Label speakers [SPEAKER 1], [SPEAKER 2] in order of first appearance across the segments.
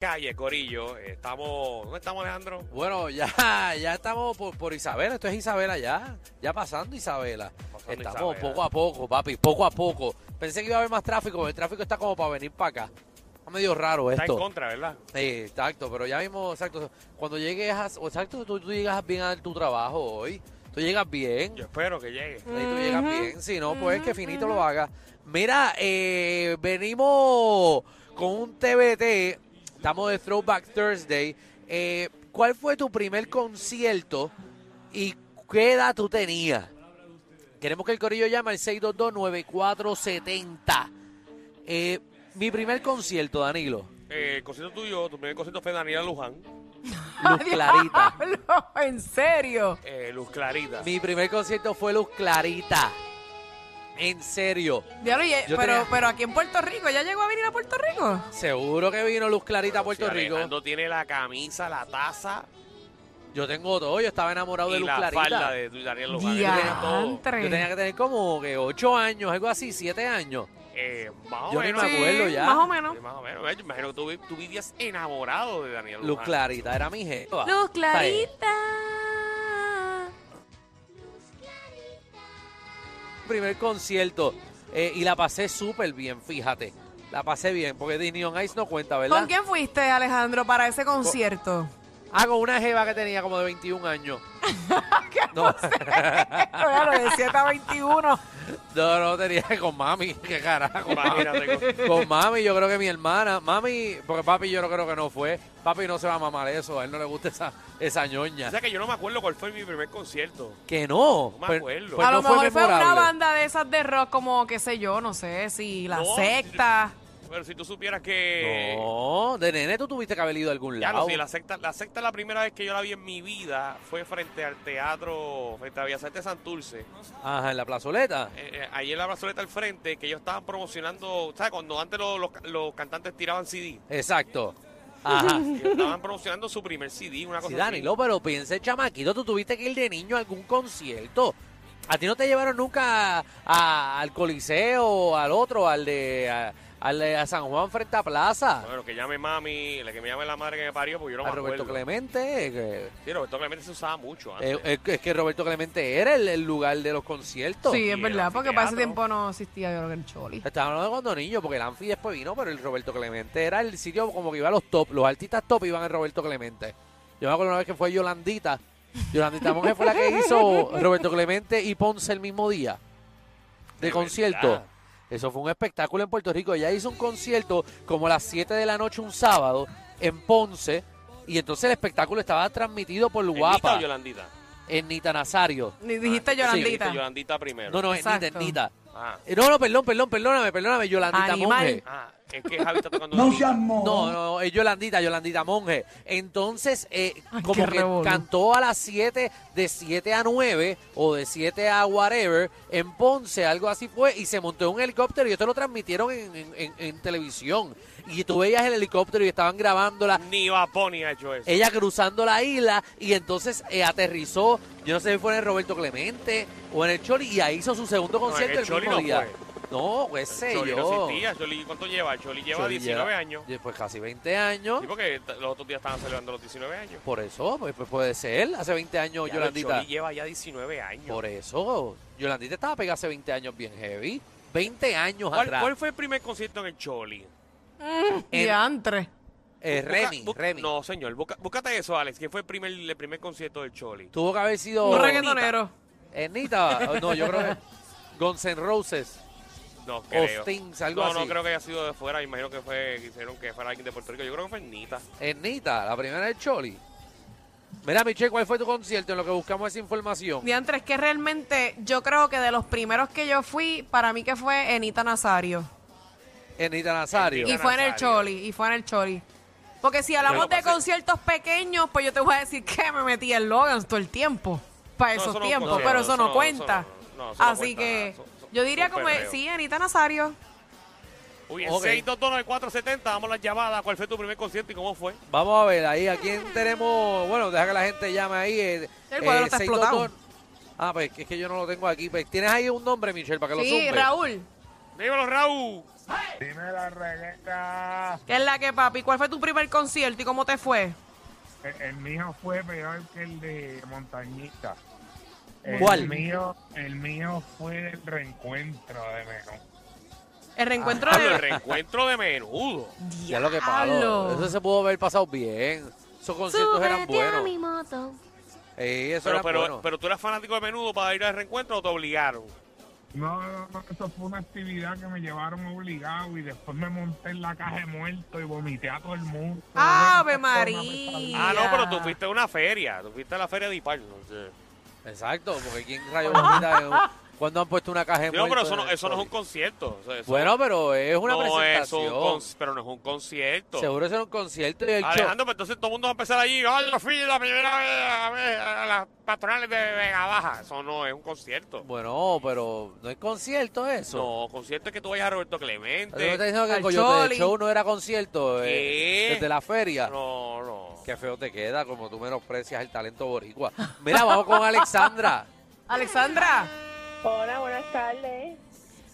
[SPEAKER 1] calle, Corillo. Estamos. ¿Dónde estamos, Alejandro?
[SPEAKER 2] Bueno, ya, ya estamos por, por Isabela. Esto es Isabela ya. Ya pasando Isabela.
[SPEAKER 1] Pasando
[SPEAKER 2] estamos
[SPEAKER 1] Isabela.
[SPEAKER 2] poco a poco, papi. Poco a poco. Pensé que iba a haber más tráfico. El tráfico está como para venir para acá. Está medio raro
[SPEAKER 1] Está en
[SPEAKER 2] esto.
[SPEAKER 1] contra, ¿verdad?
[SPEAKER 2] Eh, exacto, pero ya mismo, exacto. Cuando llegues a. o Exacto, tú, tú llegas bien a tu trabajo hoy. Tú llegas bien.
[SPEAKER 1] Yo espero que llegue.
[SPEAKER 2] Ahí tú llegas bien, si no, pues que finito lo haga. Mira, eh, venimos con un TBT, estamos de Throwback Thursday. Eh, ¿Cuál fue tu primer concierto y qué edad tú tenías? Queremos que el corillo llame al 622-9470. Eh, mi primer concierto, Danilo,
[SPEAKER 1] Eh, el concierto tuyo, tu primer concierto fue Daniela Luján,
[SPEAKER 2] Luz Clarita.
[SPEAKER 3] Diablo, en serio.
[SPEAKER 1] eh, Luz Clarita.
[SPEAKER 2] Mi primer concierto fue Luz Clarita. En serio.
[SPEAKER 3] Diablo, y- eh,
[SPEAKER 2] Yo
[SPEAKER 3] pero,
[SPEAKER 2] tenía-
[SPEAKER 3] pero aquí en Puerto Rico, ¿ya llegó a venir a Puerto Rico?
[SPEAKER 2] Seguro que vino Luz Clarita a Puerto
[SPEAKER 1] Sí,
[SPEAKER 2] Rico.
[SPEAKER 1] Alejandro tiene la camisa, la taza
[SPEAKER 2] Yo tengo todo, yo estaba enamorado de
[SPEAKER 1] y
[SPEAKER 2] Luz
[SPEAKER 1] la falda
[SPEAKER 2] Clarita.
[SPEAKER 1] de de Daniela Luján.
[SPEAKER 3] Ya.
[SPEAKER 1] Él tiene todo.
[SPEAKER 2] Yo tenía que tener como que 8 años, algo así, 7 años.
[SPEAKER 1] Eh, más o
[SPEAKER 2] Yo ni
[SPEAKER 1] menos.
[SPEAKER 2] me acuerdo ya.
[SPEAKER 3] Más o menos.
[SPEAKER 1] Sí, más o menos. Eh, Yo imagino que tú, vi- tú vivías enamorado de Daniela Luján.
[SPEAKER 2] Luz Clarita era mi jefa.
[SPEAKER 3] Luz
[SPEAKER 2] ¿Sabes?
[SPEAKER 3] Clarita.
[SPEAKER 2] Primer concierto eh, y la pasé súper bien, fíjate. La pasé bien, porque Disney on Ice no cuenta, ¿verdad?
[SPEAKER 3] ¿Con quién fuiste, Alejandro, para ese concierto?
[SPEAKER 2] Ah, con una jeva que tenía como de 21 años. no,
[SPEAKER 3] claro, de 7 a 21.
[SPEAKER 2] no, no, tenía con mami, qué carajo.
[SPEAKER 1] Imagínate. con-
[SPEAKER 2] Con mami, yo creo que mi hermana, mami, porque papi yo no creo que no fue. Papi no se va a mamar eso, a él no le gusta esa, esa ñoña.
[SPEAKER 1] o sea que yo no me acuerdo cuál fue mi primer concierto.
[SPEAKER 2] Que no.
[SPEAKER 1] No me acuerdo.
[SPEAKER 2] pues
[SPEAKER 3] a lo
[SPEAKER 2] no
[SPEAKER 3] mejor fue una
[SPEAKER 2] memorable.
[SPEAKER 3] banda de esas de rock, como qué sé yo, no sé, si la
[SPEAKER 1] No,
[SPEAKER 3] secta.
[SPEAKER 1] Pero si tú supieras que.
[SPEAKER 2] No, de nene tú tuviste que haber ido a algún
[SPEAKER 1] Ya
[SPEAKER 2] lado.
[SPEAKER 1] no sé, la secta, la secta la primera vez que yo la vi en mi vida fue frente al teatro, frente a Bellas de Santurce.
[SPEAKER 2] Ajá, en la plazoleta.
[SPEAKER 1] Eh, eh, ahí en la brazoleta al frente, que ellos estaban promocionando, ¿sabes? Cuando antes los, los, los cantantes tiraban CD,
[SPEAKER 2] Exacto. Ajá.
[SPEAKER 1] ellos estaban promocionando su primer CD, una cosa
[SPEAKER 2] Sí,
[SPEAKER 1] así.
[SPEAKER 2] Danilo, pero piensa, chamaquito, tú tuviste que ir de niño a algún concierto. A ti no te llevaron nunca a- a- al Coliseo, al otro, al de, a, al de- a San Juan frente a Plaza,
[SPEAKER 1] Bueno, que llame mami, la que me llame la madre que me parió, porque yo no
[SPEAKER 2] a
[SPEAKER 1] me
[SPEAKER 2] Roberto
[SPEAKER 1] acuerdo. Ah,
[SPEAKER 2] Clemente. que-
[SPEAKER 1] Sí, Roberto Clemente se usaba mucho antes.
[SPEAKER 2] eh, es, que- es que Roberto Clemente era el, el lugar de los conciertos.
[SPEAKER 3] Sí,
[SPEAKER 1] Y
[SPEAKER 3] es
[SPEAKER 1] el
[SPEAKER 3] verdad, porque para ese
[SPEAKER 1] anfiteatro.
[SPEAKER 3] tiempo no existía yo creo que el Choli.
[SPEAKER 2] Estaba hablando de cuando niño, porque el Anfi después vino, pero el Roberto Clemente era el sitio como que iba a los top. Los artistas top iban al Roberto Clemente. Yo me acuerdo una vez que fue Yolandita. Yolandita Monge fue la que hizo Roberto Clemente y Ponce el mismo día de,
[SPEAKER 1] De
[SPEAKER 2] concierto.
[SPEAKER 1] verdad.
[SPEAKER 2] Eso fue un espectáculo en Puerto Rico. Ella hizo un concierto como a las 7 de la noche un sábado en Ponce. Y entonces el espectáculo estaba transmitido por
[SPEAKER 1] ¿Ernita
[SPEAKER 2] Guapa
[SPEAKER 1] o Yolandita?
[SPEAKER 2] en Nita Nazario.
[SPEAKER 3] Ni Dijiste
[SPEAKER 1] Ah,
[SPEAKER 3] Yolandita.
[SPEAKER 1] dijiste Yolandita primero.
[SPEAKER 2] No, no, es Nita, es
[SPEAKER 3] Exacto.
[SPEAKER 2] Nita.
[SPEAKER 1] Ah,
[SPEAKER 2] Eh, No, no, perdón, perdón, perdóname, perdóname, Yolandita
[SPEAKER 3] Animal.
[SPEAKER 2] Monge.
[SPEAKER 1] ah, es que Javi está tocando
[SPEAKER 4] No
[SPEAKER 1] Yolandita.
[SPEAKER 4] seas mojo.
[SPEAKER 2] No, no, es Yolandita, Yolandita Monge. Entonces, eh,
[SPEAKER 3] Ay,
[SPEAKER 2] como
[SPEAKER 3] qué
[SPEAKER 2] que
[SPEAKER 3] revolú.
[SPEAKER 2] cantó a las 7, de 7 a 9 o de 7 a whatever, en Ponce, algo así fue, y se montó en un helicóptero y esto lo transmitieron en, en- en- en televisión. Y tú veías el helicóptero y estaban grabándola,
[SPEAKER 1] Ni Baponi ha hecho eso.
[SPEAKER 2] ella cruzando la isla, y entonces eh, aterrizó, yo no sé si fue en el Roberto Clemente o en el Choli, y ahí hizo su segundo
[SPEAKER 1] No, en
[SPEAKER 2] concierto
[SPEAKER 1] el
[SPEAKER 2] el,
[SPEAKER 1] Choli
[SPEAKER 2] mismo
[SPEAKER 1] no
[SPEAKER 2] día.
[SPEAKER 1] fue.
[SPEAKER 2] No, qué sé
[SPEAKER 1] Choli no
[SPEAKER 2] yo.
[SPEAKER 1] existía. Choli, ¿cuánto lleva? Choli lleva
[SPEAKER 2] Choli
[SPEAKER 1] 19
[SPEAKER 2] lleva-
[SPEAKER 1] años.
[SPEAKER 2] Pues casi 20 años.
[SPEAKER 1] Sí, porque t- los otros días estaban celebrando los 19 años.
[SPEAKER 2] Por eso, pues, pues puede ser. Hace 20 años
[SPEAKER 1] Ya,
[SPEAKER 2] Yolandita.
[SPEAKER 1] Choli lleva ya 19 años.
[SPEAKER 2] Por eso, Yolandita estaba pegada hace 20 años bien heavy. 20 años
[SPEAKER 1] ¿Cuál,
[SPEAKER 2] atrás.
[SPEAKER 1] cuál fue el primer concierto en el Choli?
[SPEAKER 2] en-
[SPEAKER 3] Diantre.
[SPEAKER 2] Eh,
[SPEAKER 1] Busca-
[SPEAKER 2] Remy,
[SPEAKER 1] bu-
[SPEAKER 2] Remy.
[SPEAKER 1] No, señor, busca- búscate eso, Alex. ¿Quién fue el primer, el primer concierto del Choli?
[SPEAKER 2] Tuvo que haber sido.
[SPEAKER 3] Un reggaetonero.
[SPEAKER 2] Ernita. No, yo creo que. Guns N' Roses.
[SPEAKER 1] No, creo.
[SPEAKER 2] Stings, algo
[SPEAKER 1] no,
[SPEAKER 2] así.
[SPEAKER 1] no creo que haya sido de fuera. Imagino que fue que hicieron que fuera alguien de Puerto Rico. Yo creo que fue Nita.
[SPEAKER 2] Ernita, la primera del Choli. Mira, Michelle, ¿cuál fue tu concierto? En lo que buscamos esa información.
[SPEAKER 3] Diantre, es que realmente yo creo que de los primeros que yo fui, para mí que fue Enita Nazario.
[SPEAKER 2] Ernita Nazario.
[SPEAKER 3] Y
[SPEAKER 1] Enita
[SPEAKER 3] fue en el
[SPEAKER 1] Nazario.
[SPEAKER 3] Choli, y fue en el Choli. Porque si hablamos
[SPEAKER 1] Bueno,
[SPEAKER 3] de
[SPEAKER 1] pase-
[SPEAKER 3] conciertos pequeños, pues yo te voy a decir que me metí en Logan todo el tiempo. Para
[SPEAKER 1] No,
[SPEAKER 3] esos
[SPEAKER 1] eso no
[SPEAKER 3] tiempos,
[SPEAKER 1] cuenta,
[SPEAKER 3] pero
[SPEAKER 1] eso
[SPEAKER 3] eso
[SPEAKER 1] no,
[SPEAKER 3] no,
[SPEAKER 1] eso
[SPEAKER 3] cuenta.
[SPEAKER 1] no, no, eso no
[SPEAKER 3] Así
[SPEAKER 1] cuenta
[SPEAKER 3] que
[SPEAKER 1] nada, eso- eso-
[SPEAKER 3] yo diría
[SPEAKER 1] un
[SPEAKER 3] como,
[SPEAKER 1] perreo.
[SPEAKER 3] sí, Anita Nazario.
[SPEAKER 1] Uy,
[SPEAKER 2] Ok.
[SPEAKER 1] el 6229470, damos las llamadas. ¿Cuál fue tu primer concierto y cómo fue?
[SPEAKER 2] Vamos a ver, ahí a quién tenemos. Bueno, deja que la gente llame ahí. eh,
[SPEAKER 3] El cuadro está
[SPEAKER 2] 622.
[SPEAKER 3] explotado.
[SPEAKER 2] Ah, pues es que yo no lo tengo aquí. Pues, Tienes ahí un nombre, Michelle, para que lo
[SPEAKER 3] Sí,
[SPEAKER 2] sume.
[SPEAKER 3] Raúl.
[SPEAKER 1] Dímelo, Raúl.
[SPEAKER 4] Dime la Rebeca.
[SPEAKER 3] ¿Qué es la que, papi? ¿Cuál fue tu primer concierto y cómo te fue?
[SPEAKER 4] El, el mío fue peor que el de Montañita. El
[SPEAKER 2] ¿Cuál?
[SPEAKER 4] Mío, el mío fue el reencuentro de Menú.
[SPEAKER 3] El reencuentro
[SPEAKER 1] Pablo, el
[SPEAKER 3] de...
[SPEAKER 1] reencuentro Ah, de menudo.
[SPEAKER 2] Ya lo que
[SPEAKER 3] Diablo.
[SPEAKER 2] palo. Eso se pudo haber pasado bien. Esos conciertos eran
[SPEAKER 5] Súbete a mi
[SPEAKER 2] buenos.
[SPEAKER 5] moto.
[SPEAKER 2] Eh, eso
[SPEAKER 1] Pero,
[SPEAKER 2] era
[SPEAKER 1] pero,
[SPEAKER 2] bueno.
[SPEAKER 1] pero tú eras fanático de menudo para ir al reencuentro o te obligaron.
[SPEAKER 4] No, no, no, eso fue una actividad que me llevaron obligado y después me monté en la caja de muerto y vomité a todo el mundo.
[SPEAKER 3] Ah, ¡Ave
[SPEAKER 4] Una persona
[SPEAKER 3] María!
[SPEAKER 4] me salvó.
[SPEAKER 1] Ah, no,
[SPEAKER 3] Ya.
[SPEAKER 1] pero tú fuiste a una feria. Tú fuiste a la feria de Ipar. No sé.
[SPEAKER 2] Exacto, porque quién rayos vomita cuando han puesto una caja de
[SPEAKER 1] Sí, no, pero
[SPEAKER 2] muertos
[SPEAKER 1] eso
[SPEAKER 2] en
[SPEAKER 1] no,
[SPEAKER 2] el
[SPEAKER 1] eso no es un
[SPEAKER 2] Sonic?
[SPEAKER 1] concierto. o sea, eso-
[SPEAKER 2] Bueno, pero es una
[SPEAKER 1] no es un
[SPEAKER 2] presentación.
[SPEAKER 1] con- pero no es un concierto.
[SPEAKER 2] Seguro eso era un concierto y el show.
[SPEAKER 1] Alejandro, pero entonces todo el mundo va a empezar allí. Ay, yo fui la primera vez a ver a las patronales de Vega Baja. Eso no es un concierto.
[SPEAKER 2] Bueno, pero no es concierto eso.
[SPEAKER 1] No, concierto es que tú vayas a Roberto
[SPEAKER 2] Pero tú me estás
[SPEAKER 1] Clemente.
[SPEAKER 2] diciendo que
[SPEAKER 3] al
[SPEAKER 2] el Coyote
[SPEAKER 3] Choli.
[SPEAKER 2] Show no era concierto eh,
[SPEAKER 1] ¿Qué?
[SPEAKER 2] desde la feria.
[SPEAKER 1] No, no.
[SPEAKER 2] Qué feo te queda, como tú menosprecias el talento boricua. Mira, vamos con Alexandra.
[SPEAKER 3] Alexandra.
[SPEAKER 6] Hola, buenas tardes.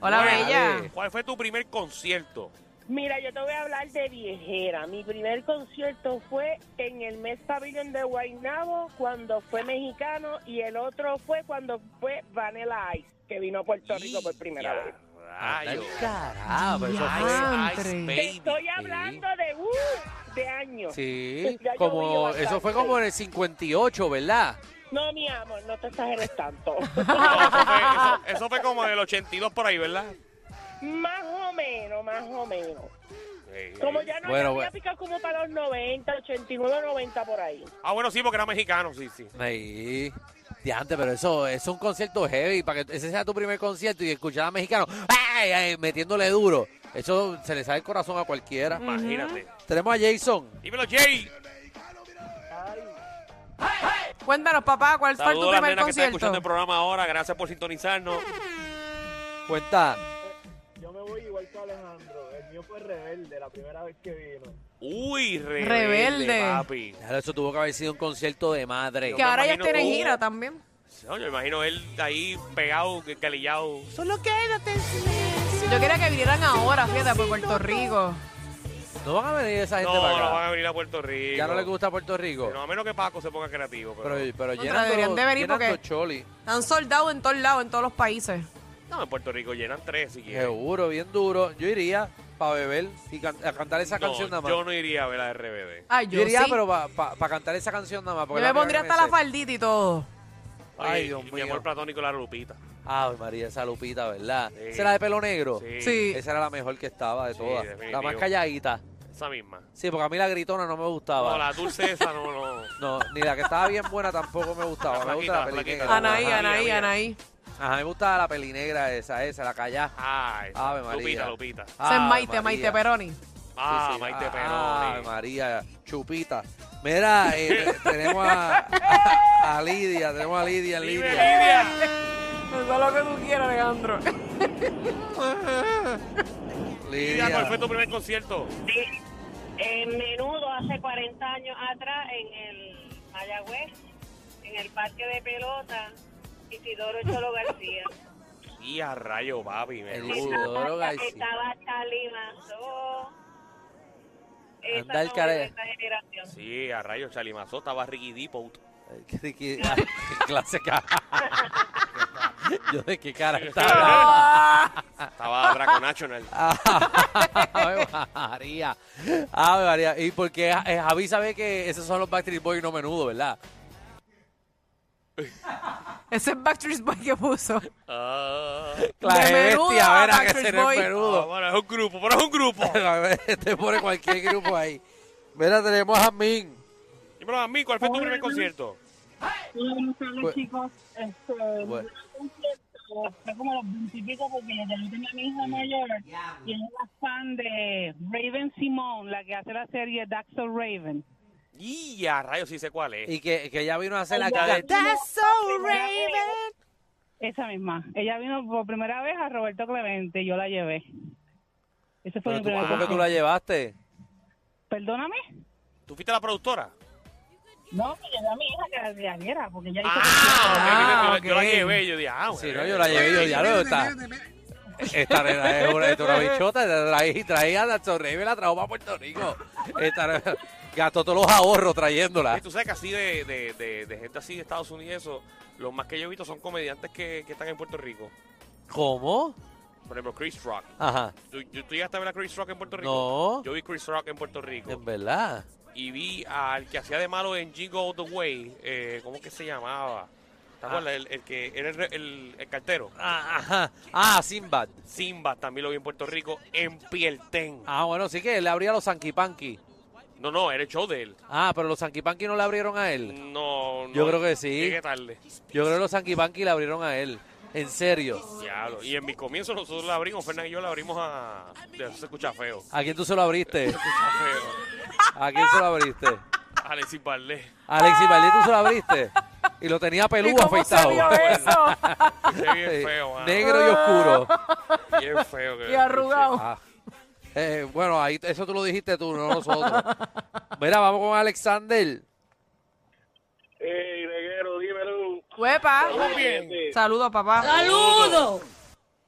[SPEAKER 3] Hola,
[SPEAKER 1] Buenas.
[SPEAKER 3] bella.
[SPEAKER 1] ¿Cuál fue tu primer concierto?
[SPEAKER 6] Mira, yo te voy a hablar de viejera. Mi primer concierto fue en el Mes Pavilion de Guaynabo cuando fue mexicano y el otro fue cuando fue Vanilla Ice, que vino a Puerto Rico por primera
[SPEAKER 1] Ya,
[SPEAKER 6] vez.
[SPEAKER 1] rayos.
[SPEAKER 2] Caramba, eso fue.
[SPEAKER 1] Ice,
[SPEAKER 3] Diantre.
[SPEAKER 1] Ice
[SPEAKER 6] Te
[SPEAKER 1] Baby.
[SPEAKER 6] estoy hablando de uh, de años.
[SPEAKER 2] Sí,
[SPEAKER 6] Ya yo vivo
[SPEAKER 2] como,
[SPEAKER 6] bastante.
[SPEAKER 2] eso fue como en el 58, ¿verdad?
[SPEAKER 6] No, mi amor, no te exageres tanto.
[SPEAKER 1] No, eso, fue, eso- eso fue como en el 82 por ahí, ¿verdad?
[SPEAKER 6] más o menos, más o menos.
[SPEAKER 1] Sí.
[SPEAKER 6] Como ya no
[SPEAKER 2] Bueno,
[SPEAKER 6] había
[SPEAKER 2] bueno.
[SPEAKER 6] picado como para los 90, 89, 90 por ahí.
[SPEAKER 1] Ah, bueno, sí, porque era mexicano, sí, sí.
[SPEAKER 2] Sí. Diante, pero eso es un concierto heavy. Para que ese sea tu primer concierto y escuchar a mexicanos ¡ay, ay! metiéndole duro. Eso se le sale el corazón a cualquiera.
[SPEAKER 1] Mm. Imagínate.
[SPEAKER 2] Tenemos a Jason.
[SPEAKER 1] Dímelo, Jay.
[SPEAKER 3] Cuéntanos, papá, ¿cuál fue tu
[SPEAKER 1] Saludos a las
[SPEAKER 3] primer
[SPEAKER 1] nenas que están
[SPEAKER 3] concierto?
[SPEAKER 1] escuchando el programa ahora. Gracias por sintonizarnos.
[SPEAKER 2] Cuenta.
[SPEAKER 7] Yo me voy igual que Alejandro. El mío fue rebelde la primera vez que vino.
[SPEAKER 1] Uy, rebelde,
[SPEAKER 3] Rebelde.
[SPEAKER 1] papi.
[SPEAKER 2] Claro, eso tuvo que haber sido un concierto de madre.
[SPEAKER 3] Que
[SPEAKER 1] me
[SPEAKER 3] ahora ya
[SPEAKER 1] imagino
[SPEAKER 3] tiene
[SPEAKER 1] tú.
[SPEAKER 3] gira también.
[SPEAKER 1] No, yo me imagino él ahí pegado, calillado.
[SPEAKER 3] Yo quería que vinieran ahora, fíjate, por Puerto Rico.
[SPEAKER 2] No van a venir esa gente
[SPEAKER 1] No,
[SPEAKER 2] para acá.
[SPEAKER 1] no van a venir a Puerto Rico.
[SPEAKER 2] Ya no les gusta Puerto Rico.
[SPEAKER 1] No, a menos que Paco se ponga creativo. Pero,
[SPEAKER 2] pero pero
[SPEAKER 3] Contra,
[SPEAKER 2] llenan
[SPEAKER 3] deberían de venir
[SPEAKER 2] llenan
[SPEAKER 3] porque-
[SPEAKER 2] los choli.
[SPEAKER 3] Están soldados en todos lados, en todos los países.
[SPEAKER 1] no, en Puerto Rico llenan tres si quieren.
[SPEAKER 2] Seguro, bien duro. Yo iría para beber y can- a cantar esa
[SPEAKER 1] No,
[SPEAKER 2] canción nada más.
[SPEAKER 1] yo no iría a ver la RBD.
[SPEAKER 3] Ay, yo,
[SPEAKER 2] iría,
[SPEAKER 3] sí.
[SPEAKER 2] pero para cantar esa canción nada más.
[SPEAKER 3] Yo
[SPEAKER 2] porque
[SPEAKER 3] me
[SPEAKER 2] la
[SPEAKER 3] pondría
[SPEAKER 2] primera
[SPEAKER 3] hasta la
[SPEAKER 2] vez
[SPEAKER 3] faldita y todo.
[SPEAKER 1] Oye,
[SPEAKER 2] Ay, Dios
[SPEAKER 1] y Mi
[SPEAKER 2] mío.
[SPEAKER 1] amor platónico, la Lupita.
[SPEAKER 2] Ay, María, esa lupita, ¿verdad?
[SPEAKER 1] Sí.
[SPEAKER 2] ¿Esa era de pelo negro?
[SPEAKER 1] Sí,
[SPEAKER 3] Sí.
[SPEAKER 2] Esa era la mejor que estaba de
[SPEAKER 1] Sí,
[SPEAKER 2] todas. La
[SPEAKER 1] definitivo.
[SPEAKER 2] más calladita.
[SPEAKER 1] Esa misma.
[SPEAKER 2] Sí, porque a mí la gritona no me gustaba.
[SPEAKER 1] No, la dulce esa no, no.
[SPEAKER 2] No, ni la que estaba bien buena tampoco me gustaba.
[SPEAKER 1] La
[SPEAKER 2] Me
[SPEAKER 1] flaquita,
[SPEAKER 2] gusta la
[SPEAKER 1] la
[SPEAKER 2] peli
[SPEAKER 1] flaquita.
[SPEAKER 2] negra.
[SPEAKER 3] Anaí,
[SPEAKER 1] Ajá, mía,
[SPEAKER 3] Anaí,
[SPEAKER 1] mía.
[SPEAKER 3] Anaí.
[SPEAKER 2] Ajá, me gustaba la peli negra esa, esa, la callá.
[SPEAKER 1] Ay,
[SPEAKER 2] Ave María.
[SPEAKER 1] Lupita, Lupita.
[SPEAKER 3] Esa es
[SPEAKER 2] Ave
[SPEAKER 3] Maite,
[SPEAKER 2] Ah, María.
[SPEAKER 3] Maite Peroni.
[SPEAKER 1] Ah,
[SPEAKER 2] Sí, sí.
[SPEAKER 1] Maite
[SPEAKER 2] Ah, Ave
[SPEAKER 1] Peroni.
[SPEAKER 2] María, chupita. Mira, eh, te- tenemos a, a, a Lidia, tenemos a Lidia en
[SPEAKER 1] Dime,
[SPEAKER 2] línea.
[SPEAKER 1] Lidia.
[SPEAKER 3] Eso es lo que tú quieras, Alejandro.
[SPEAKER 1] Lidia, ¿cuál fue
[SPEAKER 2] Lidia.
[SPEAKER 1] tu primer concierto?
[SPEAKER 6] Sí, en menudo hace 40 años atrás en el Mayagüez, en el parque de pelota, Isidoro Cholo García.
[SPEAKER 1] Y a rayo, papi. me
[SPEAKER 2] El
[SPEAKER 1] gusta.
[SPEAKER 2] Isidoro García.
[SPEAKER 6] Estaba Charlie Manso.
[SPEAKER 2] Anda el care-
[SPEAKER 6] generación.
[SPEAKER 1] Sí, a rayo, Chalimazó estaba Ricky Depot.
[SPEAKER 2] ¿Qué, de qué- ah, qué clase cara? Yo de qué cara estaba.
[SPEAKER 3] Ah,
[SPEAKER 1] Estaba Draco National.
[SPEAKER 2] Ah. Ave María. Ave María. Y porque eh, Javi sabe que esos son los Backstreet Boys no menudo, ¿verdad?
[SPEAKER 3] Ese es Backstreet Boy que puso.
[SPEAKER 1] Ah,
[SPEAKER 2] Clase
[SPEAKER 3] Menudo
[SPEAKER 2] bestia,
[SPEAKER 3] a
[SPEAKER 2] verá que
[SPEAKER 3] Backstreet
[SPEAKER 2] ser el
[SPEAKER 3] Boy.
[SPEAKER 1] ah,
[SPEAKER 2] menudo.
[SPEAKER 1] bueno, es un grupo, pero es un grupo.
[SPEAKER 2] Te pone cualquier grupo ahí. Mira, tenemos a Min.
[SPEAKER 1] Dímelo a mí, ¿cuál fue tu primer concierto?
[SPEAKER 8] Hola, buenas tardes,
[SPEAKER 2] Pues-
[SPEAKER 8] chicos. Este, mi
[SPEAKER 2] Bueno.
[SPEAKER 8] concierto fue como a los 20 y pico porque yo tenía a mi
[SPEAKER 2] Mm.
[SPEAKER 8] hija mayor y ella era fan de Raven Simone, la que hace la serie Daxel Raven.
[SPEAKER 1] Y a rayo, sí sé cuál es.
[SPEAKER 2] Y que, que ella vino a hacer la
[SPEAKER 8] Ella
[SPEAKER 2] cara.
[SPEAKER 3] That's so Raven.
[SPEAKER 8] Esa misma. Ella vino por primera vez a Roberto Clemente, yo la llevé. Ese fue
[SPEAKER 2] Pero
[SPEAKER 8] mi
[SPEAKER 2] tú,
[SPEAKER 8] primer
[SPEAKER 2] ¿Cómo que tú
[SPEAKER 8] concierto.
[SPEAKER 2] la llevaste?
[SPEAKER 8] Perdóname.
[SPEAKER 1] ¿Tú fuiste a la productora?
[SPEAKER 8] No, que llevé a mi hija que la viajera porque ella hizo
[SPEAKER 1] Ah, ok,
[SPEAKER 3] Ah,
[SPEAKER 1] yo- yo- yo la
[SPEAKER 3] ok.
[SPEAKER 1] llevé, yo dije, ah,
[SPEAKER 2] Sí,
[SPEAKER 1] bueno.
[SPEAKER 2] no, yo la llevé, yo ya lo está. Esta nena es una, es una bichota, la traí- traía la Torreve, la trajo para Puerto Rico. Esta nena- gastó todos los ahorros trayéndola.
[SPEAKER 1] Y tú sabes que así de, de- de- de gente así de Estados Unidos y eso, los más que yo he visto son comediantes que, que están en Puerto Rico.
[SPEAKER 2] ¿Cómo?
[SPEAKER 1] Por ejemplo, Chris Rock.
[SPEAKER 2] Ajá.
[SPEAKER 1] ¿Tú, tú- tú llegaste a ver a Chris Rock en Puerto Rico?
[SPEAKER 2] No,
[SPEAKER 1] Yo vi Chris Rock en Puerto Rico.
[SPEAKER 2] en verdad.
[SPEAKER 1] y vi al que hacía de malo en Jingo All the Way, eh, ¿cómo que se llamaba? ¿Te acuerdas? El, el que era el, re- el- el cartero.
[SPEAKER 2] Ah, Ajá. Ah, Sinbad.
[SPEAKER 1] Simba también lo vi en Puerto Rico, en Pielten.
[SPEAKER 2] Ah, bueno, sí que él le abría los Sanquipanqui.
[SPEAKER 1] No, no, era el show de él.
[SPEAKER 2] Ah, pero los Sanquipanqui no le abrieron a él.
[SPEAKER 1] No, no.
[SPEAKER 2] Yo creo que sí.
[SPEAKER 1] Llegué tarde.
[SPEAKER 2] Yo creo que los Sanquipanqui le abrieron a él. En serio.
[SPEAKER 1] Diablo. Y en mi comienzo nosotros la abrimos, Fernández y yo la abrimos a... ya Se escucha feo.
[SPEAKER 2] ¿A quién tú se lo
[SPEAKER 1] Se
[SPEAKER 2] abriste?
[SPEAKER 1] escucha feo.
[SPEAKER 2] ¿A quién se lo abriste?
[SPEAKER 1] A Alexis Barlet.
[SPEAKER 2] Alexis Valdés, tú se lo abriste. Y lo tenía
[SPEAKER 3] ¿Y
[SPEAKER 2] peludo
[SPEAKER 3] cómo
[SPEAKER 2] afeitado.
[SPEAKER 3] salió eso?
[SPEAKER 1] Qué bien
[SPEAKER 2] Sí,
[SPEAKER 1] feo, mano.
[SPEAKER 2] Negro y oscuro.
[SPEAKER 1] Bien feo. que-
[SPEAKER 3] Y arrugado.
[SPEAKER 2] Ah. Eh, bueno, ahí eso tú lo dijiste tú, no nosotros. Mira, vamos con Alexander.
[SPEAKER 7] Ey, reguero, dímelo.
[SPEAKER 3] Huepa.
[SPEAKER 1] Estamos bien.
[SPEAKER 3] Saludos, papá.
[SPEAKER 5] ¡Saludos!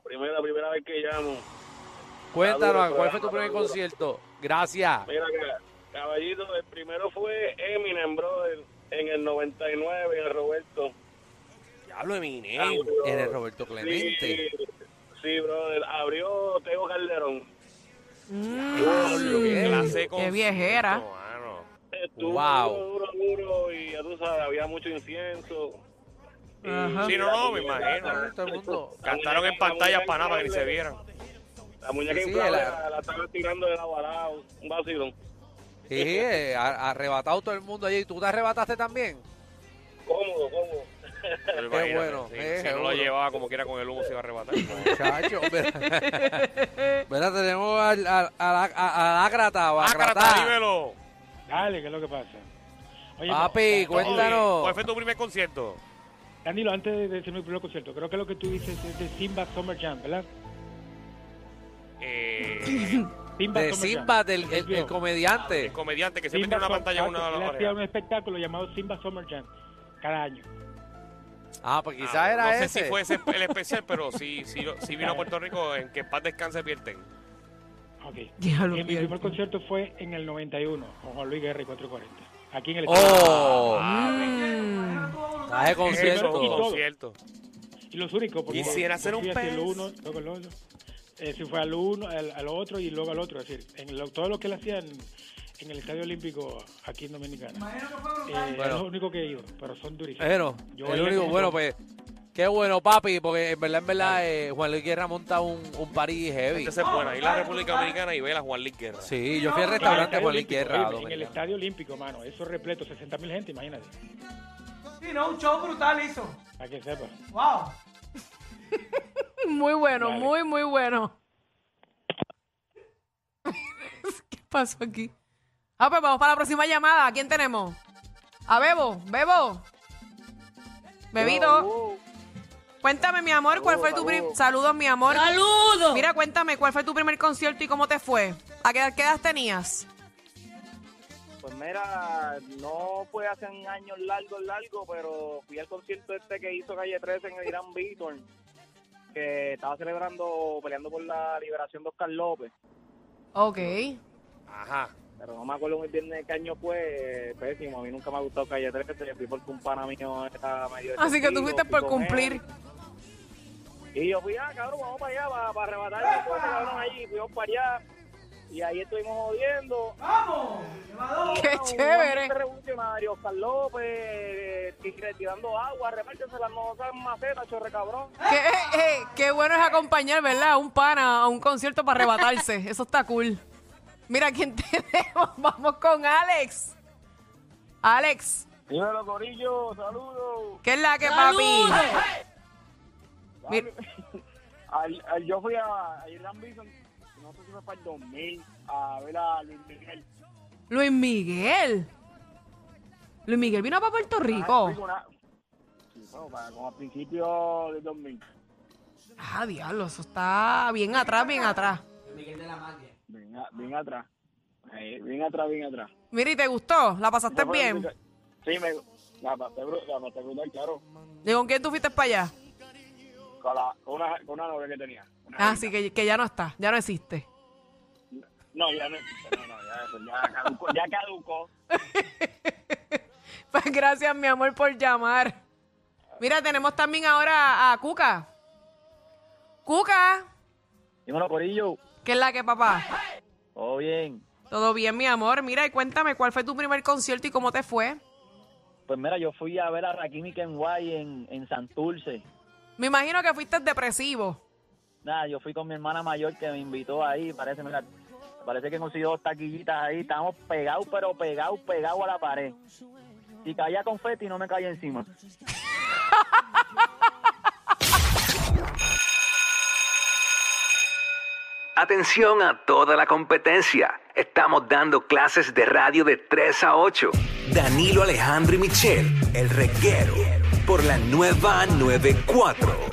[SPEAKER 7] Primera, primera vez que llamo.
[SPEAKER 2] Cuéntanos,
[SPEAKER 7] Saludos,
[SPEAKER 2] ¿cuál fue tu primer
[SPEAKER 7] saludos.
[SPEAKER 2] concierto? Gracias.
[SPEAKER 7] Mira, ca- caballito, el primero fue Eminem, brother, en el 99, en el Roberto.
[SPEAKER 1] Diablo de mi
[SPEAKER 7] Abrió-
[SPEAKER 2] Eres Roberto Clemente.
[SPEAKER 7] Sí, sí, brother, abrió Tego Calderón.
[SPEAKER 1] Clase
[SPEAKER 3] Mm, Qué viejera.
[SPEAKER 1] concierto, mano.
[SPEAKER 7] Estuvo
[SPEAKER 2] Wow.
[SPEAKER 7] duro, duro, duro, y ya tú sabes, había mucho incienso. Y-
[SPEAKER 3] Ajá.
[SPEAKER 1] Sí, no, no, me imagino.
[SPEAKER 2] Todo el mundo.
[SPEAKER 1] Cantaron en pantalla para nada, para que ni se vieran.
[SPEAKER 7] La muñeca
[SPEAKER 2] Sí,
[SPEAKER 7] inflable
[SPEAKER 2] la-
[SPEAKER 7] la, la estaban tirando de la balada, un vacilón.
[SPEAKER 2] Sí, eh, a- arrebatado todo el mundo allí. ¿Tú te arrebataste también?
[SPEAKER 7] Cómodo, cómodo.
[SPEAKER 1] Pero imagínate,
[SPEAKER 2] bueno,
[SPEAKER 1] Si,
[SPEAKER 2] eh,
[SPEAKER 1] si no lo
[SPEAKER 2] seguro.
[SPEAKER 1] llevaba como quiera con el humo, se iba a arrebatar.
[SPEAKER 2] Chacho, mira. Mira, tenemos al, al, al, al Ágrata, o
[SPEAKER 1] ¡Ácrata,
[SPEAKER 2] Ágrata.
[SPEAKER 1] Ah, dímelo!
[SPEAKER 9] Eh, Dale, ¿qué es lo que pasa? Oye,
[SPEAKER 2] Papi,
[SPEAKER 9] pero-
[SPEAKER 2] cuéntanos.
[SPEAKER 1] ¿Cuál fue tu primer concierto?
[SPEAKER 9] Danilo, antes de decir mi primer concierto, creo que lo que tú dices es de Simba Summer Jam, ¿verdad?
[SPEAKER 1] Eh,
[SPEAKER 9] Simba
[SPEAKER 2] De
[SPEAKER 9] Summer Jam.
[SPEAKER 2] Simba, del el- el,
[SPEAKER 9] Desvío.
[SPEAKER 2] comediante.
[SPEAKER 1] el comediante que siempre
[SPEAKER 9] Simba
[SPEAKER 1] tiene una
[SPEAKER 9] Summer-
[SPEAKER 1] pantalla en una de
[SPEAKER 9] Él
[SPEAKER 1] las
[SPEAKER 9] hacía un
[SPEAKER 1] orejas.
[SPEAKER 9] espectáculo llamado Simba Summer Jam cada año.
[SPEAKER 2] Ah, pues quizás
[SPEAKER 1] Ah,
[SPEAKER 2] era
[SPEAKER 1] no sé
[SPEAKER 2] ese.
[SPEAKER 1] si fue ese el especial, pero sí, sí, lo- sí vino a Puerto Rico en que paz descanse Pierten.
[SPEAKER 9] Ok.
[SPEAKER 3] Ya lo
[SPEAKER 9] Y mi primer
[SPEAKER 3] pierdo.
[SPEAKER 9] concierto fue en el 91 con Juan Luis Guerra y 440. Aquí en el
[SPEAKER 2] Oh,
[SPEAKER 1] Ah,
[SPEAKER 3] Mm.
[SPEAKER 2] traje
[SPEAKER 1] Eso,
[SPEAKER 9] Y
[SPEAKER 1] un
[SPEAKER 9] todo.
[SPEAKER 2] concierto.
[SPEAKER 1] concierto.
[SPEAKER 9] Y los únicos, porque
[SPEAKER 1] Quisiera
[SPEAKER 9] yo
[SPEAKER 1] ser un
[SPEAKER 9] fui así
[SPEAKER 1] pez.
[SPEAKER 9] el uno, luego el otro. Eh, se fue al uno, al, al otro y luego al otro. Es decir, en lo- todo lo que él hacía en, en el Estadio Olímpico aquí en Dominicana. Eh,
[SPEAKER 2] Bueno.
[SPEAKER 9] Es lo único que he ido, pero son durísimos.
[SPEAKER 2] Bueno,
[SPEAKER 9] Yo
[SPEAKER 2] el
[SPEAKER 9] bailé
[SPEAKER 2] único,
[SPEAKER 9] con
[SPEAKER 2] bueno,
[SPEAKER 9] todo.
[SPEAKER 2] pues, qué bueno, papi, porque en verdad, en verdad, eh, Juan Luis Guerra monta un, un party heavy.
[SPEAKER 1] Entonces, bueno, ahí la República Dominicana y ve la Juan Luis Guerra.
[SPEAKER 2] Sí, yo fui al
[SPEAKER 9] En Ah, el
[SPEAKER 2] restaurante
[SPEAKER 9] Estadio
[SPEAKER 2] Juan Luis
[SPEAKER 9] Olímpico,
[SPEAKER 2] Guerra.
[SPEAKER 9] oye, En el
[SPEAKER 2] dominicano.
[SPEAKER 9] Estadio Olímpico, mano, eso repleto, 60 mil gente, imagínate.
[SPEAKER 5] Sí, no, un show brutal hizo.
[SPEAKER 9] Para que sepas.
[SPEAKER 5] ¡Wow!
[SPEAKER 3] Muy bueno,
[SPEAKER 9] Dale.
[SPEAKER 3] muy, muy bueno. ¿Qué pasó aquí? Ah, pues vamos para la próxima llamada. ¿A quién tenemos? A Bebo, Bebo. Bebito.
[SPEAKER 7] uh,
[SPEAKER 3] Cuéntame, mi amor, ¿cuál fue tu primer... Saludos, mi amor.
[SPEAKER 5] ¡Saludos!
[SPEAKER 3] Mira, cuéntame, ¿cuál fue tu primer concierto y cómo te fue? ¿A qué, qué edad tenías?
[SPEAKER 7] Pues mira, no fue hace un año largo, largo, pero fui al concierto este que hizo Calle 13 en el Irán Víctor, que estaba celebrando, peleando por la liberación de Oscar López.
[SPEAKER 3] Ok.
[SPEAKER 1] Ajá.
[SPEAKER 7] Pero no me acuerdo muy bien de qué año fue, eh, pésimo. A mí nunca me ha gustado Calle 13, fui porque un pana mío era medio...
[SPEAKER 3] Así que tú
[SPEAKER 7] excesivo,
[SPEAKER 3] fuiste
[SPEAKER 7] fui
[SPEAKER 3] por
[SPEAKER 7] con él.
[SPEAKER 3] cumplir.
[SPEAKER 7] Y yo fui, ah, cabrón, vamos para allá, para, para arrebatar la cosa, cabrón, allí. Fuimos para allá. Y ahí estuvimos jodiendo. Ah,
[SPEAKER 3] ¡Qué
[SPEAKER 7] Un
[SPEAKER 3] chévere!
[SPEAKER 7] ambiente revolucionario, Oscar López, eh, tigre tirando agua, repártense las nuevas macetas, chorre cabrón.
[SPEAKER 3] Qué, eh, eh, qué bueno es acompañar, ¿verdad? A un pana a un concierto para arrebatarse. Eso está cool. Mira quién tenemos. Vamos con Alex. Alex,
[SPEAKER 7] Dímelo, Corillo, saludos.
[SPEAKER 3] ¿qué es la que,
[SPEAKER 5] ¡Saludos!
[SPEAKER 3] papi? Mi-
[SPEAKER 7] Al, al- yo fui a, a Irlanda Bison, no sé si fue para el 2000, a ver a Luis Miguel.
[SPEAKER 3] Luis Miguel. Luis Miguel vino para Puerto
[SPEAKER 7] Ah, fui
[SPEAKER 3] Rico.
[SPEAKER 7] con una- sí, bueno, para- como a principios del 2000.
[SPEAKER 3] Ah, diablo, eso está bien atrás, bien atrás.
[SPEAKER 7] Bien, a- bien atrás. Eh, bien atrás, bien atrás.
[SPEAKER 3] Mira, ¿y te gustó? ¿La pasaste
[SPEAKER 7] ¿Estás
[SPEAKER 3] bien?
[SPEAKER 7] Sí, me, la pasé bru- la pasé brutal, claro.
[SPEAKER 3] ¿Y con quién tú fuiste para allá?
[SPEAKER 7] Con, la, con, una, con una novia que tenía.
[SPEAKER 3] Así Ah, que, que ya no está, ya no existe.
[SPEAKER 7] No, ya no, no, no, ya, eso, ya caducó, ya caducó.
[SPEAKER 3] Pues gracias, mi amor, por llamar. Mira, tenemos también ahora a Cuca. Cuca,
[SPEAKER 7] Dímelo, Corillo.
[SPEAKER 3] ¿qué es la que, papá?
[SPEAKER 7] Todo bien.
[SPEAKER 3] Todo bien, mi amor. Mira, y cuéntame, ¿cuál fue tu primer concierto y cómo te fue?
[SPEAKER 7] Pues mira, yo fui a ver a Rakim y Kenway en, en Santurce.
[SPEAKER 3] Me imagino que fuiste depresivo.
[SPEAKER 7] Nada, yo fui con mi hermana mayor que me invitó ahí. Parece, mira, parece que consiguió dos taquillitas ahí. Estábamos pegados, pero pegados, pegados a la pared. Si caía confeti, no me caía encima.
[SPEAKER 10] Atención a toda la competencia. Estamos dando clases de radio de 3 a 8. Danilo Alejandro y Michel, el reguero, por la nueva 94.